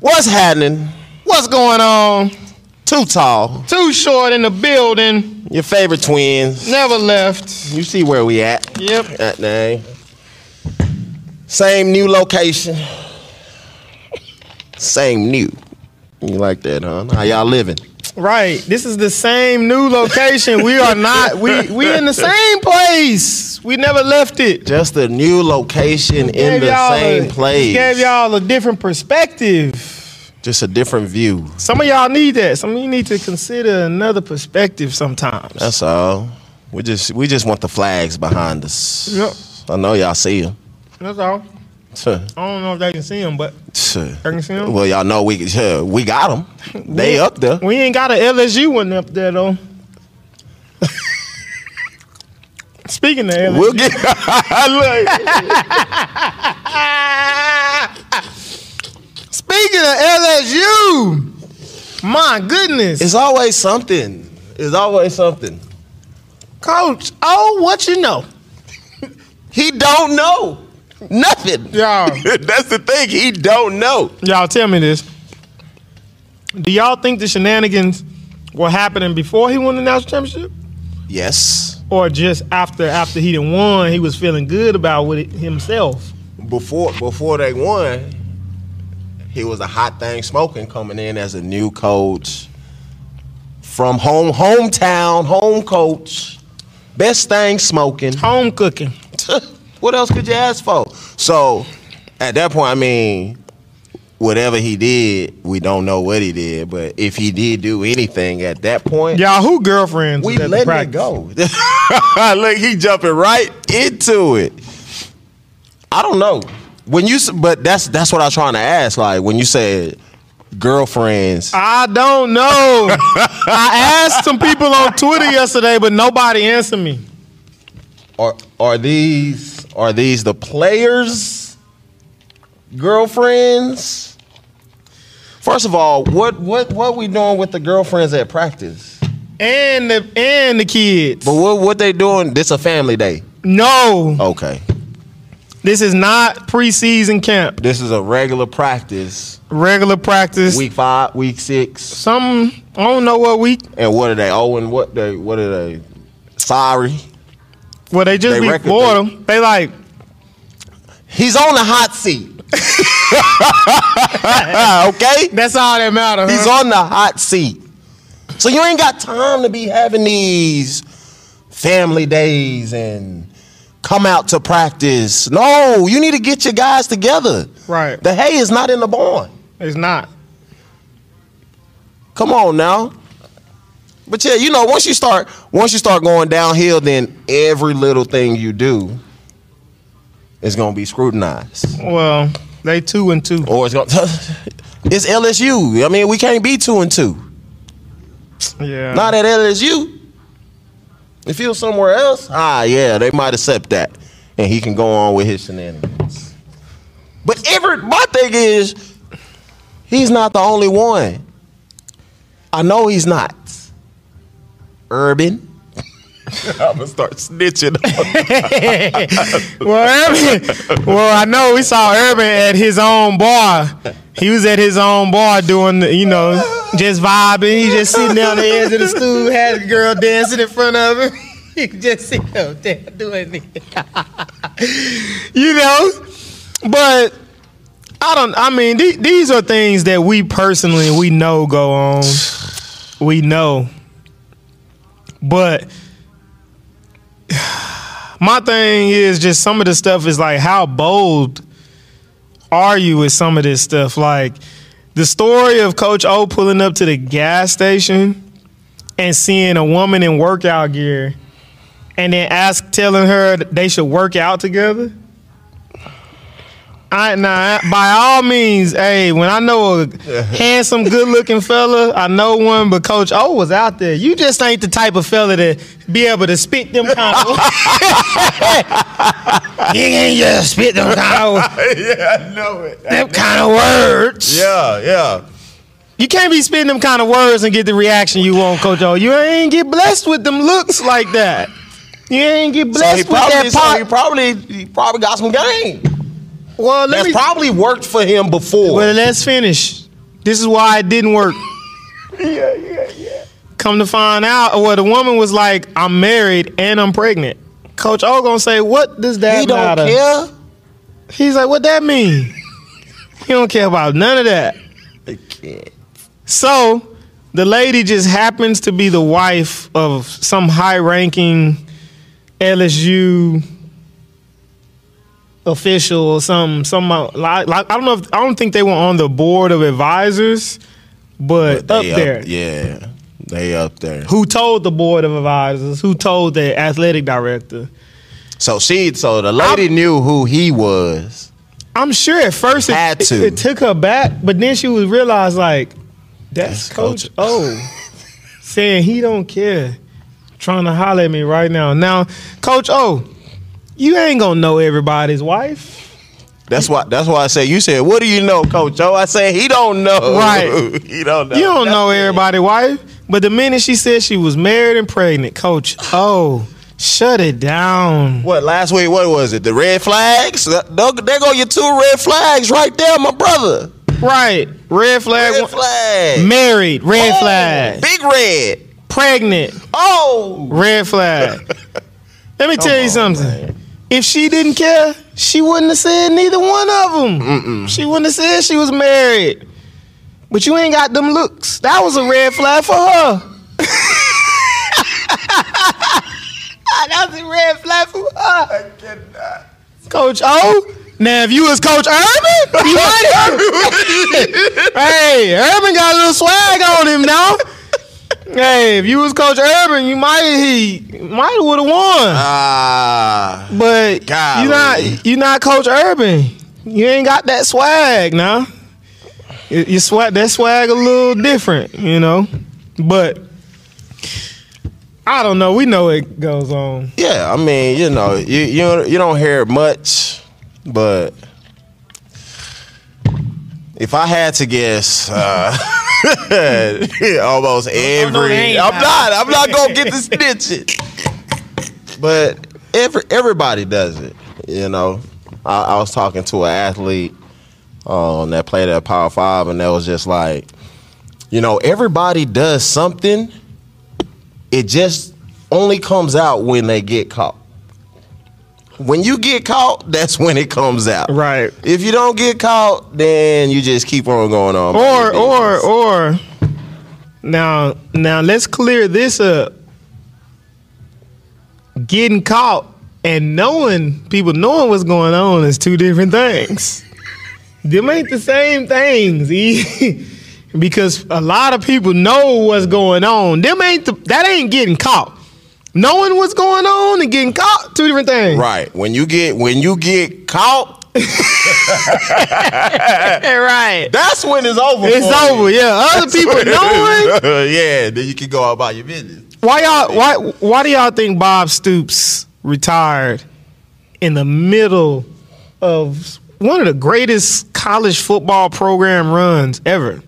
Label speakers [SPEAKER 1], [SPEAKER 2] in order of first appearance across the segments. [SPEAKER 1] What's happening? What's going on? Too tall.
[SPEAKER 2] Too short in the building.
[SPEAKER 1] Your favorite twins.
[SPEAKER 2] Never left.
[SPEAKER 1] You see where we at.
[SPEAKER 2] Yep.
[SPEAKER 1] That name. Same new location. Same new. You like that, huh? How y'all living?
[SPEAKER 2] Right. This is the same new location. we are not. We we in the same place. We never left it.
[SPEAKER 1] Just a new location in
[SPEAKER 2] Gave
[SPEAKER 1] the
[SPEAKER 2] y'all
[SPEAKER 1] same
[SPEAKER 2] a-
[SPEAKER 1] place.
[SPEAKER 2] Gave y'all a different perspective.
[SPEAKER 1] Just a different view.
[SPEAKER 2] Some of y'all need that. Some of you need to consider another perspective sometimes.
[SPEAKER 1] That's all. We just we just want the flags behind us.
[SPEAKER 2] Yep.
[SPEAKER 1] I know y'all see them.
[SPEAKER 2] That's all. I don't know if they can see him, but can see 'em?
[SPEAKER 1] Well, y'all know we yeah, we got them. They up there.
[SPEAKER 2] we ain't got a LSU one up there though. Speaking of LSU,
[SPEAKER 1] We'll get.
[SPEAKER 2] Speaking of LSU, my goodness,
[SPEAKER 1] It's always something. It's always something.
[SPEAKER 2] Coach. Oh, what you know,
[SPEAKER 1] He don't know nothing.
[SPEAKER 2] y'all?
[SPEAKER 1] That's the thing. He don't know.
[SPEAKER 2] y'all, tell me this: Do y'all think the shenanigans were happening before he won the national championship,
[SPEAKER 1] Yes.
[SPEAKER 2] or just after? After he done won, he was feeling good about it himself.
[SPEAKER 1] Before before they won, he was a hot thing smoking coming in as a new coach from home hometown home coach. Best thing smoking.
[SPEAKER 2] Home cooking.
[SPEAKER 1] what else could you ask for? So, at that point, I mean, whatever he did, we don't know what he did, but if he did do anything at that point,
[SPEAKER 2] Y'all, who girlfriends?
[SPEAKER 1] we
[SPEAKER 2] was at the
[SPEAKER 1] letting it
[SPEAKER 2] practice?
[SPEAKER 1] go. Look, he jumping right into it. I don't know when you, s- but that's that's what I was trying to ask. Like when you said girlfriends,
[SPEAKER 2] I don't know. I asked some people on Twitter yesterday, but nobody answered me.
[SPEAKER 1] are are these are these the players girlfriends first of all what what what we doing with the girlfriends at practice
[SPEAKER 2] And the and the kids.
[SPEAKER 1] but what what they doing this a family day
[SPEAKER 2] No,
[SPEAKER 1] okay
[SPEAKER 2] this is not preseason camp.
[SPEAKER 1] this is a regular practice
[SPEAKER 2] Regular practice.
[SPEAKER 1] week five week six
[SPEAKER 2] Some I don't know what week.
[SPEAKER 1] and what are they oh and what they what are they sorry
[SPEAKER 2] Well, they just
[SPEAKER 1] They
[SPEAKER 2] be
[SPEAKER 1] record
[SPEAKER 2] boredom. They like
[SPEAKER 1] he's on the hot seat okay
[SPEAKER 2] that's all that matter.
[SPEAKER 1] He's
[SPEAKER 2] huh?
[SPEAKER 1] on the hot seat. So you ain't got time to be having these family days and come out to practice. No, you need to get your guys together.
[SPEAKER 2] right.
[SPEAKER 1] The hay is not in the barn.
[SPEAKER 2] It's not.
[SPEAKER 1] Come on now. But yeah, you know, once you start once you start going downhill, then every little thing you do is gonna be scrutinized.
[SPEAKER 2] Well, they two and two.
[SPEAKER 1] Or it's gonna it's LSU. I mean, we can't be two and two.
[SPEAKER 2] Yeah.
[SPEAKER 1] Not at LSU. If he was somewhere else, ah, yeah, they might accept that, and he can go on with his shenanigans. But every my thing is, he's not the only one. I know he's not. Urban. I'm gonna start snitching.
[SPEAKER 2] well, Urban, well, I know we saw Urban at his own bar. He was at his own bar doing, the, you know, just vibing. He just sitting down the edge of the stool, had a girl dancing in front of him. He just sitting up there doing it. you know, but I don't. I mean, the- these are things that we personally we know go on. We know, but my thing is just some of the stuff is like how bold are you with some of this stuff like the story of coach o pulling up to the gas station and seeing a woman in workout gear and then ask telling her that they should work out together I nah, by all means, hey, when I know a handsome, good looking fella, I know one, but Coach O was out there. You just ain't the type of fella to be able to spit them kind of
[SPEAKER 1] he ain't just spit them
[SPEAKER 2] kind
[SPEAKER 1] yeah, I know it.
[SPEAKER 2] them kind of words.
[SPEAKER 1] Yeah, yeah.
[SPEAKER 2] You can't be spitting them kind of words and get the reaction you want, Coach O. You ain't get blessed with them looks like that. You ain't get
[SPEAKER 1] So he
[SPEAKER 2] blessed
[SPEAKER 1] probably,
[SPEAKER 2] with
[SPEAKER 1] so he
[SPEAKER 2] that pop.
[SPEAKER 1] probably, he probably got some game.
[SPEAKER 2] well, let
[SPEAKER 1] That's
[SPEAKER 2] me.
[SPEAKER 1] probably worked for him before.
[SPEAKER 2] well, let's finish. This is why it didn't work.
[SPEAKER 1] Yeah, yeah, yeah.
[SPEAKER 2] Come to find out, well, the woman was like, "I'm married and I'm pregnant." Coach O gonna say, "What does that
[SPEAKER 1] He don't
[SPEAKER 2] matter?"
[SPEAKER 1] care.
[SPEAKER 2] He's like, "What that mean?" he don't care about none of that.
[SPEAKER 1] They can't.
[SPEAKER 2] So the lady just happens to be the wife of some high ranking LSU official or some some like, like I don't know if I don't think they were on the board of advisors, but, up
[SPEAKER 1] They
[SPEAKER 2] there.
[SPEAKER 1] Yeah, they up there.
[SPEAKER 2] Who told the board of advisors? Who told the athletic director?
[SPEAKER 1] So she, so the lady knew who he was.
[SPEAKER 2] I'm sure at first it,
[SPEAKER 1] Had
[SPEAKER 2] it-
[SPEAKER 1] to.
[SPEAKER 2] it took her back, but then she was realized like
[SPEAKER 1] That's
[SPEAKER 2] that's, Coach,
[SPEAKER 1] Coach
[SPEAKER 2] O saying he don't care, trying to holler at me right now. Now, Coach O, you ain't gonna know everybody's wife,
[SPEAKER 1] That's why. That's why I say you said, "What do you know, Coach Joe?" I said, "He don't know.
[SPEAKER 2] Right.
[SPEAKER 1] he don't know.
[SPEAKER 2] you don't know everybody's wife. But the minute she said she was married and pregnant, Coach O, shut it down.
[SPEAKER 1] What last week? What was it? The red flags? Th- There go your two red flags right there, my brother.
[SPEAKER 2] Right, red flag.
[SPEAKER 1] Red
[SPEAKER 2] one-
[SPEAKER 1] flag.
[SPEAKER 2] Married, red
[SPEAKER 1] Oh,
[SPEAKER 2] flag.
[SPEAKER 1] Big red.
[SPEAKER 2] Pregnant,
[SPEAKER 1] Oh.
[SPEAKER 2] Red flag. Let me tell you something. If she didn't care, she wouldn't have said neither one of them. She wouldn't have said she was married. But you ain't got them looks. That was a red flag for her. that was a red flag for her.
[SPEAKER 1] I cannot.
[SPEAKER 2] Coach O. Now, if you was Coach Urban, you might have. hey, Urban got a little swag on him now. Hey, if you was Coach Urban, you might have he might would have won.
[SPEAKER 1] Ah.
[SPEAKER 2] But
[SPEAKER 1] golly.
[SPEAKER 2] you not you not Coach Urban. You ain't got that swag now. Your your swag that swag a little different, you know. But I don't know. We know it goes on.
[SPEAKER 1] Yeah, I mean, you know, you you you don't hear it much, but if I had to guess, uh, almost
[SPEAKER 2] they
[SPEAKER 1] every.
[SPEAKER 2] ain't
[SPEAKER 1] I'm
[SPEAKER 2] high.
[SPEAKER 1] not. I'm not gonna get the snitching. But every everybody does it. You know, I, I was talking to an athlete um, that played at Power Five, and that was just like, you know, everybody does something. It just only comes out when they get caught. When you get caught, that's when it comes out.
[SPEAKER 2] Right.
[SPEAKER 1] If you don't get caught, then you just keep on going on.
[SPEAKER 2] or or or now now let's clear this up getting caught and knowing people knowing what's going on is two different things them ain't the same things E. because a lot of people know what's going on them ain't the, that ain't getting caught knowing what's going on and getting caught two different things
[SPEAKER 1] right. When you get when you get caught,
[SPEAKER 2] right
[SPEAKER 1] that's when it's over.
[SPEAKER 2] it's
[SPEAKER 1] for
[SPEAKER 2] over
[SPEAKER 1] you.
[SPEAKER 2] yeah other people knowing
[SPEAKER 1] yeah, then you can go out about your business.
[SPEAKER 2] Why y'all? Why why do y'all think Bob Stoops retired in the middle of one of the greatest college football program runs ever?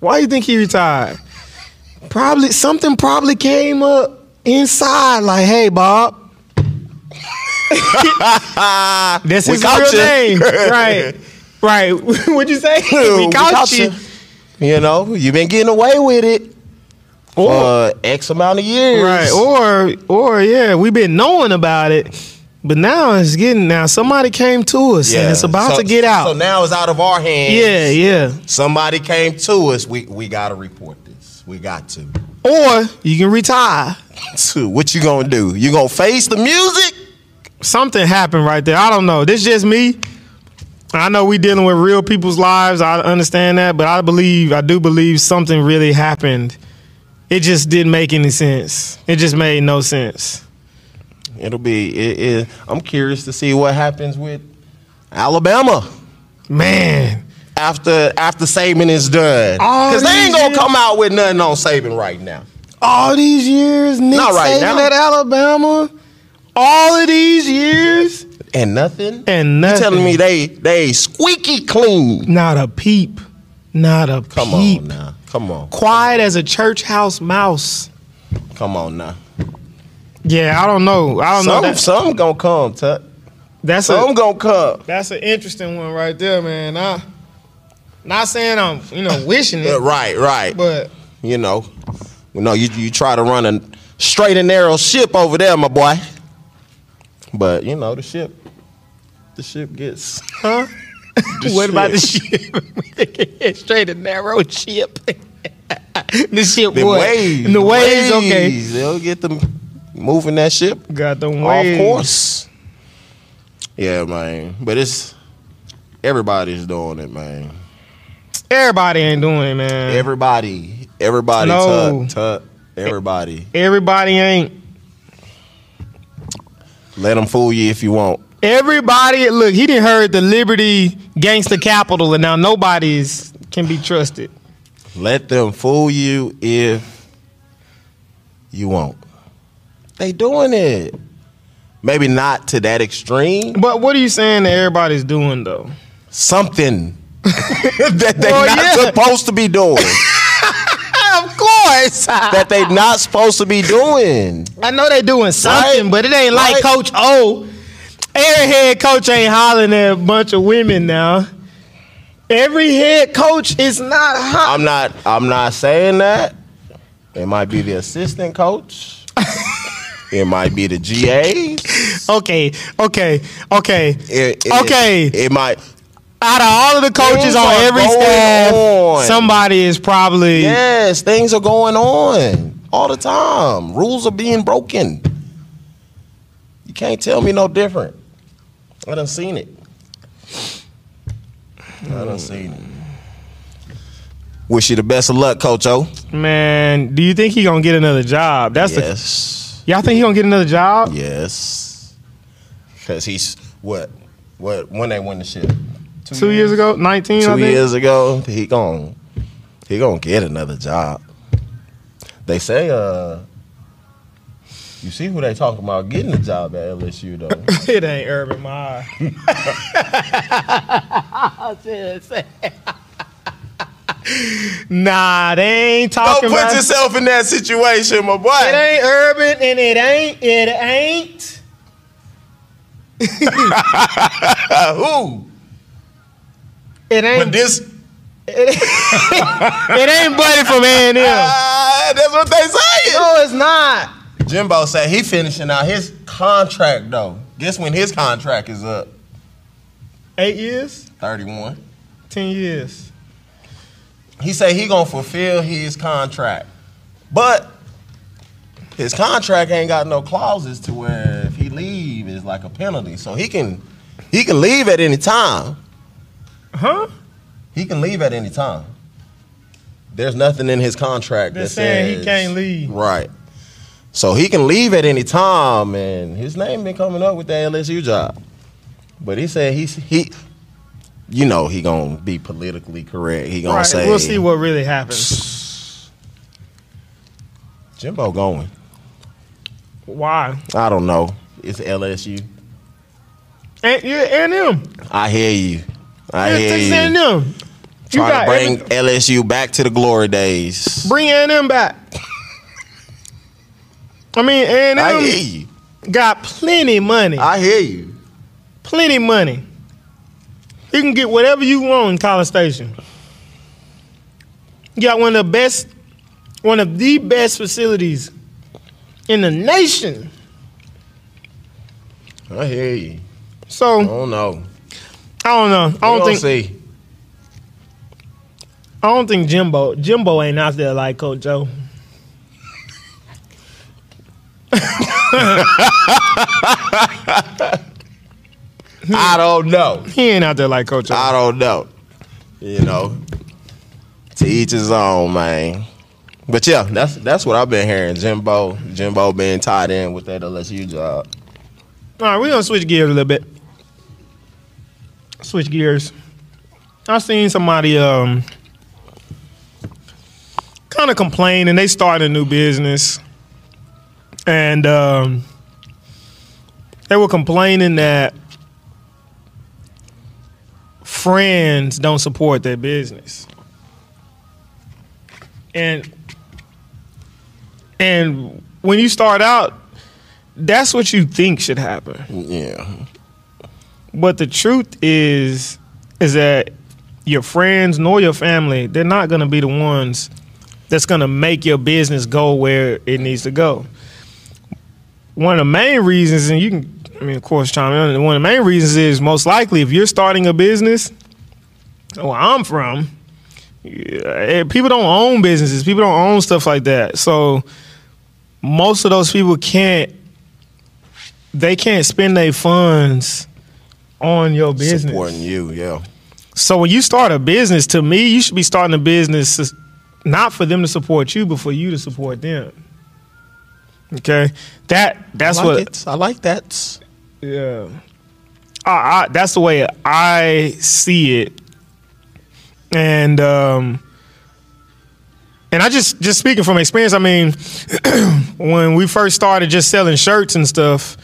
[SPEAKER 2] Why do you think he retired? Probably something probably came up inside like, "Hey, Bob." That's
[SPEAKER 1] We
[SPEAKER 2] his
[SPEAKER 1] caught
[SPEAKER 2] real
[SPEAKER 1] you.
[SPEAKER 2] name, right? Right? What'd you say?
[SPEAKER 1] We caught you. You know, you've been getting away with it
[SPEAKER 2] Or-
[SPEAKER 1] for X amount of years.
[SPEAKER 2] Right. Or or yeah, we've been knowing about it, but now it's getting now somebody came to us and it's about
[SPEAKER 1] So-
[SPEAKER 2] to get out.
[SPEAKER 1] So now it's out of our hands.
[SPEAKER 2] yeah, yeah.
[SPEAKER 1] Somebody came to us. We we gotta report this. We got to.
[SPEAKER 2] Or you can retire.
[SPEAKER 1] To what you gonna do? You gonna face the music?
[SPEAKER 2] Something happened right there. I don't know. This just me. I know we dealing with real people's lives. I understand that, but I believe I do believe something really happened. It just didn't make any sense. It just made no sense.
[SPEAKER 1] It'll be. It, it, I'm curious to see what happens with Alabama
[SPEAKER 2] Man.
[SPEAKER 1] after after Saban is done.
[SPEAKER 2] All
[SPEAKER 1] Because they ain't
[SPEAKER 2] these
[SPEAKER 1] gonna
[SPEAKER 2] years-
[SPEAKER 1] come out with nothing on Saban right now.
[SPEAKER 2] all these years, Nick
[SPEAKER 1] Not right
[SPEAKER 2] Saban
[SPEAKER 1] now.
[SPEAKER 2] at Alabama, all of these years,
[SPEAKER 1] And nothing.
[SPEAKER 2] and nothing.
[SPEAKER 1] You telling me they they squeaky clean?
[SPEAKER 2] not a peep, not a
[SPEAKER 1] Come
[SPEAKER 2] peep.
[SPEAKER 1] on now. Come on.
[SPEAKER 2] Quiet as a church house mouse.
[SPEAKER 1] Come on now.
[SPEAKER 2] Yeah, I don't know. I don't know.
[SPEAKER 1] Some
[SPEAKER 2] That.
[SPEAKER 1] some gonna come, Tuck.
[SPEAKER 2] That's
[SPEAKER 1] So I'm
[SPEAKER 2] a,
[SPEAKER 1] gonna come.
[SPEAKER 2] that's an interesting one right there, man. I, not saying I'm you know wishing
[SPEAKER 1] Yeah,
[SPEAKER 2] it,
[SPEAKER 1] right, right.
[SPEAKER 2] but
[SPEAKER 1] you know, no, you you try to run a straight and narrow ship over there, my boy. But you know, the ship, the ship gets.
[SPEAKER 2] huh? what about the ship? Straight and narrow ship. the ship
[SPEAKER 1] The
[SPEAKER 2] what?
[SPEAKER 1] waves.
[SPEAKER 2] The waves. Okay.
[SPEAKER 1] They'll get them moving that ship.
[SPEAKER 2] Got the
[SPEAKER 1] Of
[SPEAKER 2] waves.
[SPEAKER 1] course. Yeah, man. But it's everybody's doing it, man.
[SPEAKER 2] Everybody ain't doing it, man.
[SPEAKER 1] Everybody, everybody,
[SPEAKER 2] No.
[SPEAKER 1] tut, tut, everybody.
[SPEAKER 2] Everybody ain't.
[SPEAKER 1] Let them fool you if you want.
[SPEAKER 2] Everybody, look, he didn't heard the Liberty Gangster Capital, and now nobody's can be trusted.
[SPEAKER 1] Let them fool you if you won't. They doing it. Maybe not to that extreme.
[SPEAKER 2] But what are you saying that everybody's doing though?
[SPEAKER 1] Something that they
[SPEAKER 2] Well,
[SPEAKER 1] not
[SPEAKER 2] yeah.
[SPEAKER 1] supposed to be doing.
[SPEAKER 2] Of course, I
[SPEAKER 1] that they not supposed to be doing.
[SPEAKER 2] know they doing something,
[SPEAKER 1] Right?
[SPEAKER 2] but it ain't
[SPEAKER 1] Right?
[SPEAKER 2] like Coach O. Every head coach ain't hollering at a bunch of women now. Every head coach is not hot.
[SPEAKER 1] I'm not I'm not saying that. It might be the assistant coach. it might be the GA.
[SPEAKER 2] Okay, okay, okay.
[SPEAKER 1] It- it-
[SPEAKER 2] Okay.
[SPEAKER 1] It, might
[SPEAKER 2] Out of all of the coaches
[SPEAKER 1] Things
[SPEAKER 2] on
[SPEAKER 1] are
[SPEAKER 2] every
[SPEAKER 1] going
[SPEAKER 2] staff,
[SPEAKER 1] on.
[SPEAKER 2] somebody is probably
[SPEAKER 1] Yes, things are going on all the time. Rules are being broken. You can't tell me no different. I done seen it. I done seen it. Wish you the best of luck, Coach O.
[SPEAKER 2] man. Do you think he gonna get another job? That's the
[SPEAKER 1] Yes.
[SPEAKER 2] Y'all think he gonna get another job?
[SPEAKER 1] Yes. Cause he's what? What when they win the ship?
[SPEAKER 2] Two years ago, nineteen. I
[SPEAKER 1] Two
[SPEAKER 2] think.
[SPEAKER 1] years ago, he gon' he gonna get another job. They say uh you see who they talking about getting a job at LSU though.
[SPEAKER 2] it ain't Urban Meyer. nah, they ain't talking about.
[SPEAKER 1] yourself in that situation, my
[SPEAKER 2] it
[SPEAKER 1] boy.
[SPEAKER 2] ain't Urban, and it ain't. It ain't.
[SPEAKER 1] Uh, Who?
[SPEAKER 2] It ain't.
[SPEAKER 1] this
[SPEAKER 2] it ain't Buddy from A and M.
[SPEAKER 1] uh, that's what they saying.
[SPEAKER 2] No, it's not.
[SPEAKER 1] Jimbo said he finishing out his contract though. Guess when his contract is up?
[SPEAKER 2] Eight years,
[SPEAKER 1] 31.
[SPEAKER 2] ten years.
[SPEAKER 1] He said he gonna fulfill his contract, but his contract ain't got no clauses to where if he leave it's like a penalty. So he can he can leave at any time.
[SPEAKER 2] Huh?
[SPEAKER 1] He can leave at any time. There's nothing in his contract
[SPEAKER 2] They're
[SPEAKER 1] that
[SPEAKER 2] saying
[SPEAKER 1] says
[SPEAKER 2] he can't leave.
[SPEAKER 1] Right. So he can leave at any time, and his name been coming up with that LSU job. But he said he's he, you know, he gonna be politically correct. He gonna
[SPEAKER 2] Right.
[SPEAKER 1] say
[SPEAKER 2] We'll see what really happens.
[SPEAKER 1] Jimbo going.
[SPEAKER 2] Why?
[SPEAKER 1] I don't know. It's LSU.
[SPEAKER 2] And you're A and M.
[SPEAKER 1] I hear you. I
[SPEAKER 2] You're
[SPEAKER 1] hear
[SPEAKER 2] Texas
[SPEAKER 1] you.
[SPEAKER 2] A and M. You
[SPEAKER 1] Trying to
[SPEAKER 2] got
[SPEAKER 1] bring
[SPEAKER 2] every-
[SPEAKER 1] LSU back to the glory days.
[SPEAKER 2] Bring A&M back. I mean, A&M
[SPEAKER 1] I hear you.
[SPEAKER 2] got plenty money.
[SPEAKER 1] I hear you.
[SPEAKER 2] plenty money. You can get whatever you want in College Station. You got one of the best, one of the best facilities in the nation.
[SPEAKER 1] I hear you. I
[SPEAKER 2] So
[SPEAKER 1] don't know.
[SPEAKER 2] I don't know. I
[SPEAKER 1] I
[SPEAKER 2] don't think
[SPEAKER 1] see.
[SPEAKER 2] I don't think Jimbo Jimbo ain't out there like Coach Joe. Hmm.
[SPEAKER 1] I don't know.
[SPEAKER 2] He ain't out there like Coach Joe.
[SPEAKER 1] I don't know. You know, to each his own, man. But yeah, that's that's what I've been hearing. Jimbo, Jimbo being tied in with that LSU job.
[SPEAKER 2] All right, we're gonna switch gears a little bit. Switch gears. I seen somebody um kind of complain and they started a new business. And um they were complaining that friends don't support their business. And and when you start out, that's what you think should happen
[SPEAKER 1] Yeah,
[SPEAKER 2] But the truth is, is that your friends nor your family, they're not gonna be the ones that's gonna make your business go where it needs to go. One of the main reasons, and you can, I mean, of course, chime in. One of the main reasons is most likely if you're starting a business, where I'm from, yeah, eh, people don't own businesses. People don't own stuff like that. So most of those people can't. They can't spend their funds on your business.
[SPEAKER 1] Supporting you, yeah.
[SPEAKER 2] So when you start a business, to me, you should be starting a business not for them to support you, but for you to support them. Okay, that that's
[SPEAKER 1] I like
[SPEAKER 2] what.
[SPEAKER 1] it. I like that.
[SPEAKER 2] Yeah. I, I, that's the way I see it. And um and I just just speaking from experience, I mean, when we first started just selling shirts and stuff,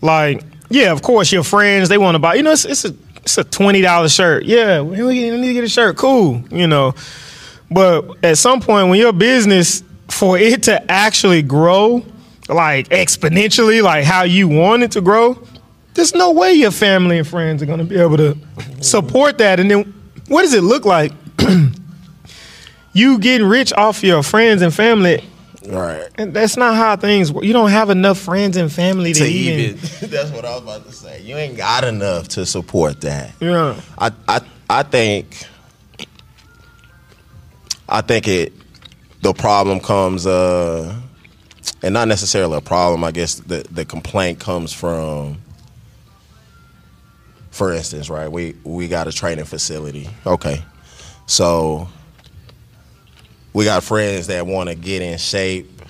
[SPEAKER 2] like, yeah, of course your friends, they want to buy, you know, it's, it's a it's a twenty dollar shirt. Yeah, we we need to get a shirt. Cool, you know. But at some point, when your business, for it to actually grow, like exponentially, like how you want it to grow, there's no way your family and friends are going to be able to support that. And then what does it look like? you getting rich off your friends and family.
[SPEAKER 1] All right.
[SPEAKER 2] And that's not how things work. You don't have enough friends and family to,
[SPEAKER 1] To
[SPEAKER 2] even.
[SPEAKER 1] even. That's what I was about to say. You ain't got enough to support that.
[SPEAKER 2] Yeah.
[SPEAKER 1] I I I think I think it the problem comes uh and not necessarily a problem, I guess the the complaint comes from for instance, right? We we got a training facility. Okay. So we got friends that want to get in shape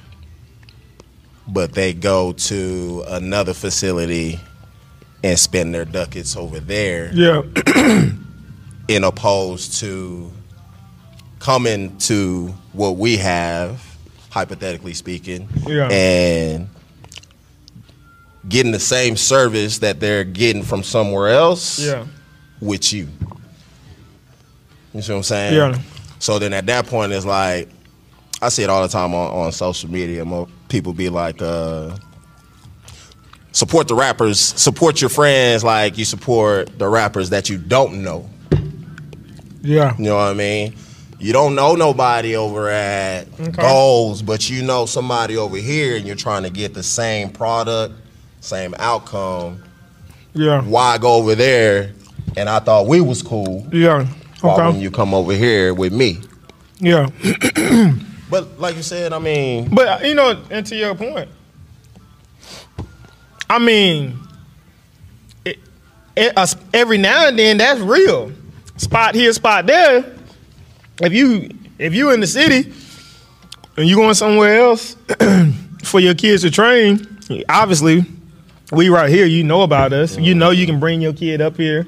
[SPEAKER 1] but they go to another facility and spend their ducats over there
[SPEAKER 2] Yeah.
[SPEAKER 1] in opposed to coming to what we have, hypothetically speaking,
[SPEAKER 2] Yeah.
[SPEAKER 1] and getting the same service that they're getting from somewhere else
[SPEAKER 2] yeah.
[SPEAKER 1] with you. You see what I'm saying?
[SPEAKER 2] Yeah.
[SPEAKER 1] So then at that point, it's like, I see it all the time on, on social media. Mo- People be like, uh, support the rappers, support your friends like you support the rappers that you don't know.
[SPEAKER 2] Yeah.
[SPEAKER 1] You know what I mean? You don't know nobody over at
[SPEAKER 2] Okay.
[SPEAKER 1] Goals, but you know somebody over here and you're trying to get the same product, same outcome.
[SPEAKER 2] Yeah.
[SPEAKER 1] Why go over there? And I thought we was cool.
[SPEAKER 2] Yeah.
[SPEAKER 1] Why
[SPEAKER 2] Okay.
[SPEAKER 1] wouldn't you come over here with me?
[SPEAKER 2] Yeah.
[SPEAKER 1] But like you said, I mean,
[SPEAKER 2] But uh, you know, and to your point, I mean, it, it, us- every now and then that's real. Spot here, spot there. If you if you in the city and you going somewhere else for your kids to train, obviously we right here. You know about us. You know you can bring your kid up here.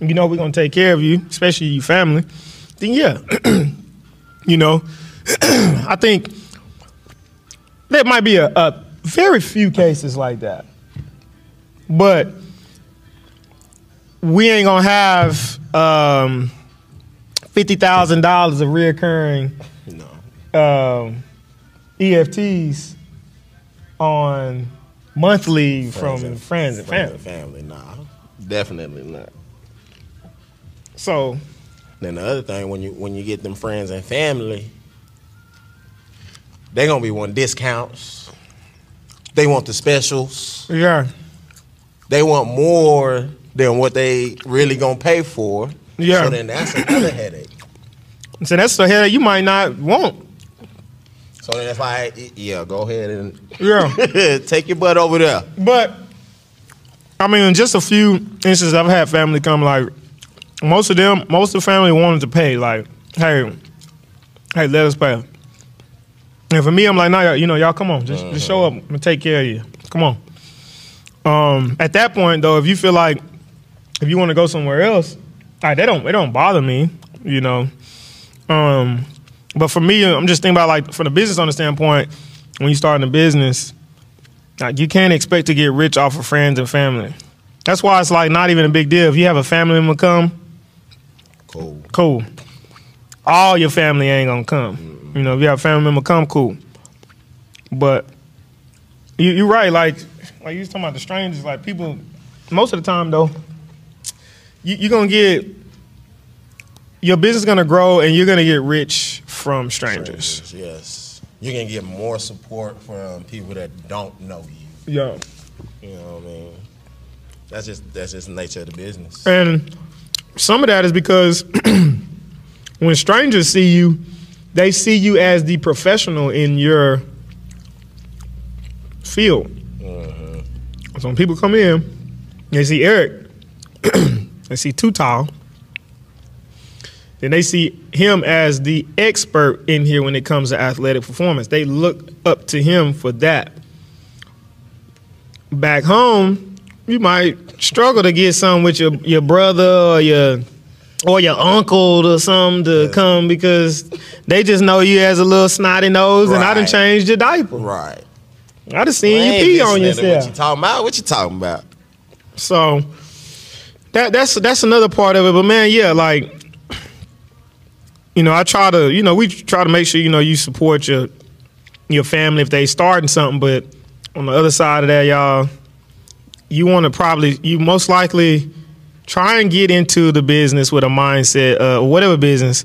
[SPEAKER 2] You know we're gonna take care of you, especially your family. Then yeah, you know, I think there might be a, a very few cases like that. But we ain't gonna have um, fifty thousand dollars of reoccurring
[SPEAKER 1] no.
[SPEAKER 2] um, EFTs on monthly from friends and
[SPEAKER 1] friends
[SPEAKER 2] family.
[SPEAKER 1] family, nah, definitely not.
[SPEAKER 2] So
[SPEAKER 1] Then the other thing, when you when you get them friends and family, they gonna be wanting discounts. They want the specials.
[SPEAKER 2] yeah,
[SPEAKER 1] They want more than what they really gonna pay for.
[SPEAKER 2] Yeah.
[SPEAKER 1] So then that's another headache.
[SPEAKER 2] so that's the headache you might not want.
[SPEAKER 1] So then it's like, y- yeah, go ahead and
[SPEAKER 2] Yeah.
[SPEAKER 1] take your butt over there.
[SPEAKER 2] But I mean, in just a few instances, I've had family come like most of them, most of the family wanted to pay. Like, hey, hey, let us pay. And for me, I'm like, nah, y'all- you know, y'all come on, just just show up. I'm gonna take care of you. Come on. Um, at that point, though, if you feel like if you want to go somewhere else, like, they don't they don't bother me, you know. Um, but for me, I'm just thinking about like from the business owner standpoint, when you starting a business, like you can't expect to get rich off of friends and family. That's why it's like not even a big deal. If you have a family member come,
[SPEAKER 1] Cool.
[SPEAKER 2] cool. All your family ain't gonna come. You know, if you have a family member come, cool. But you you're right, like like you was talking about the strangers, like people most of the time though, you, you're gonna get your business gonna grow and you're gonna get rich from strangers.
[SPEAKER 1] Yes. You're gonna get more support from people that don't know you.
[SPEAKER 2] Yeah.
[SPEAKER 1] You know what I mean? That's just that's just the nature of the business.
[SPEAKER 2] And some of that is because when strangers see you, they see you as the professional in your field. So when people come in, they see Eric, they see Too Tall, then they see him as the expert in here when it comes to athletic performance. They look up to him for that. Back home, you might struggle to get some with your, your brother or your or your uncle or something to come because they just know you as a little snotty nose and I done
[SPEAKER 1] Right.
[SPEAKER 2] changed your diaper.
[SPEAKER 1] Right.
[SPEAKER 2] I done seen
[SPEAKER 1] I ain't
[SPEAKER 2] you pee on
[SPEAKER 1] listening to What
[SPEAKER 2] yourself.
[SPEAKER 1] you talking about? What you talking about?
[SPEAKER 2] So that that's that's another part of it. But man, yeah, like you know, I try to you know we try to make sure you know you support your your family if they starting something. But on the other side of that, y'all, you want to probably you most likely try and get into the business with a mindset uh, or whatever business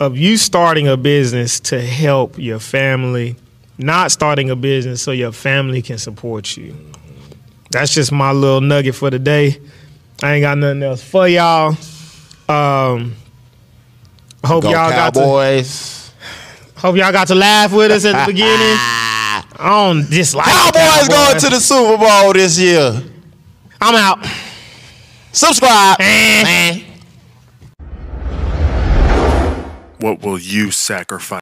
[SPEAKER 2] of you starting a business to help your family not starting a business so your family can support you that's just my little nugget for the day. I ain't got nothing else for y'all. Um, hope
[SPEAKER 1] Go
[SPEAKER 2] y'all got
[SPEAKER 1] Cowboys.
[SPEAKER 2] to hope y'all got to laugh with us at the beginning. Ah, I don't dislike the
[SPEAKER 1] Cowboys going to the Super Bowl this year.
[SPEAKER 2] I'm out.
[SPEAKER 1] Subscribe.
[SPEAKER 2] Eh.
[SPEAKER 1] Man.
[SPEAKER 3] What will you sacrifice?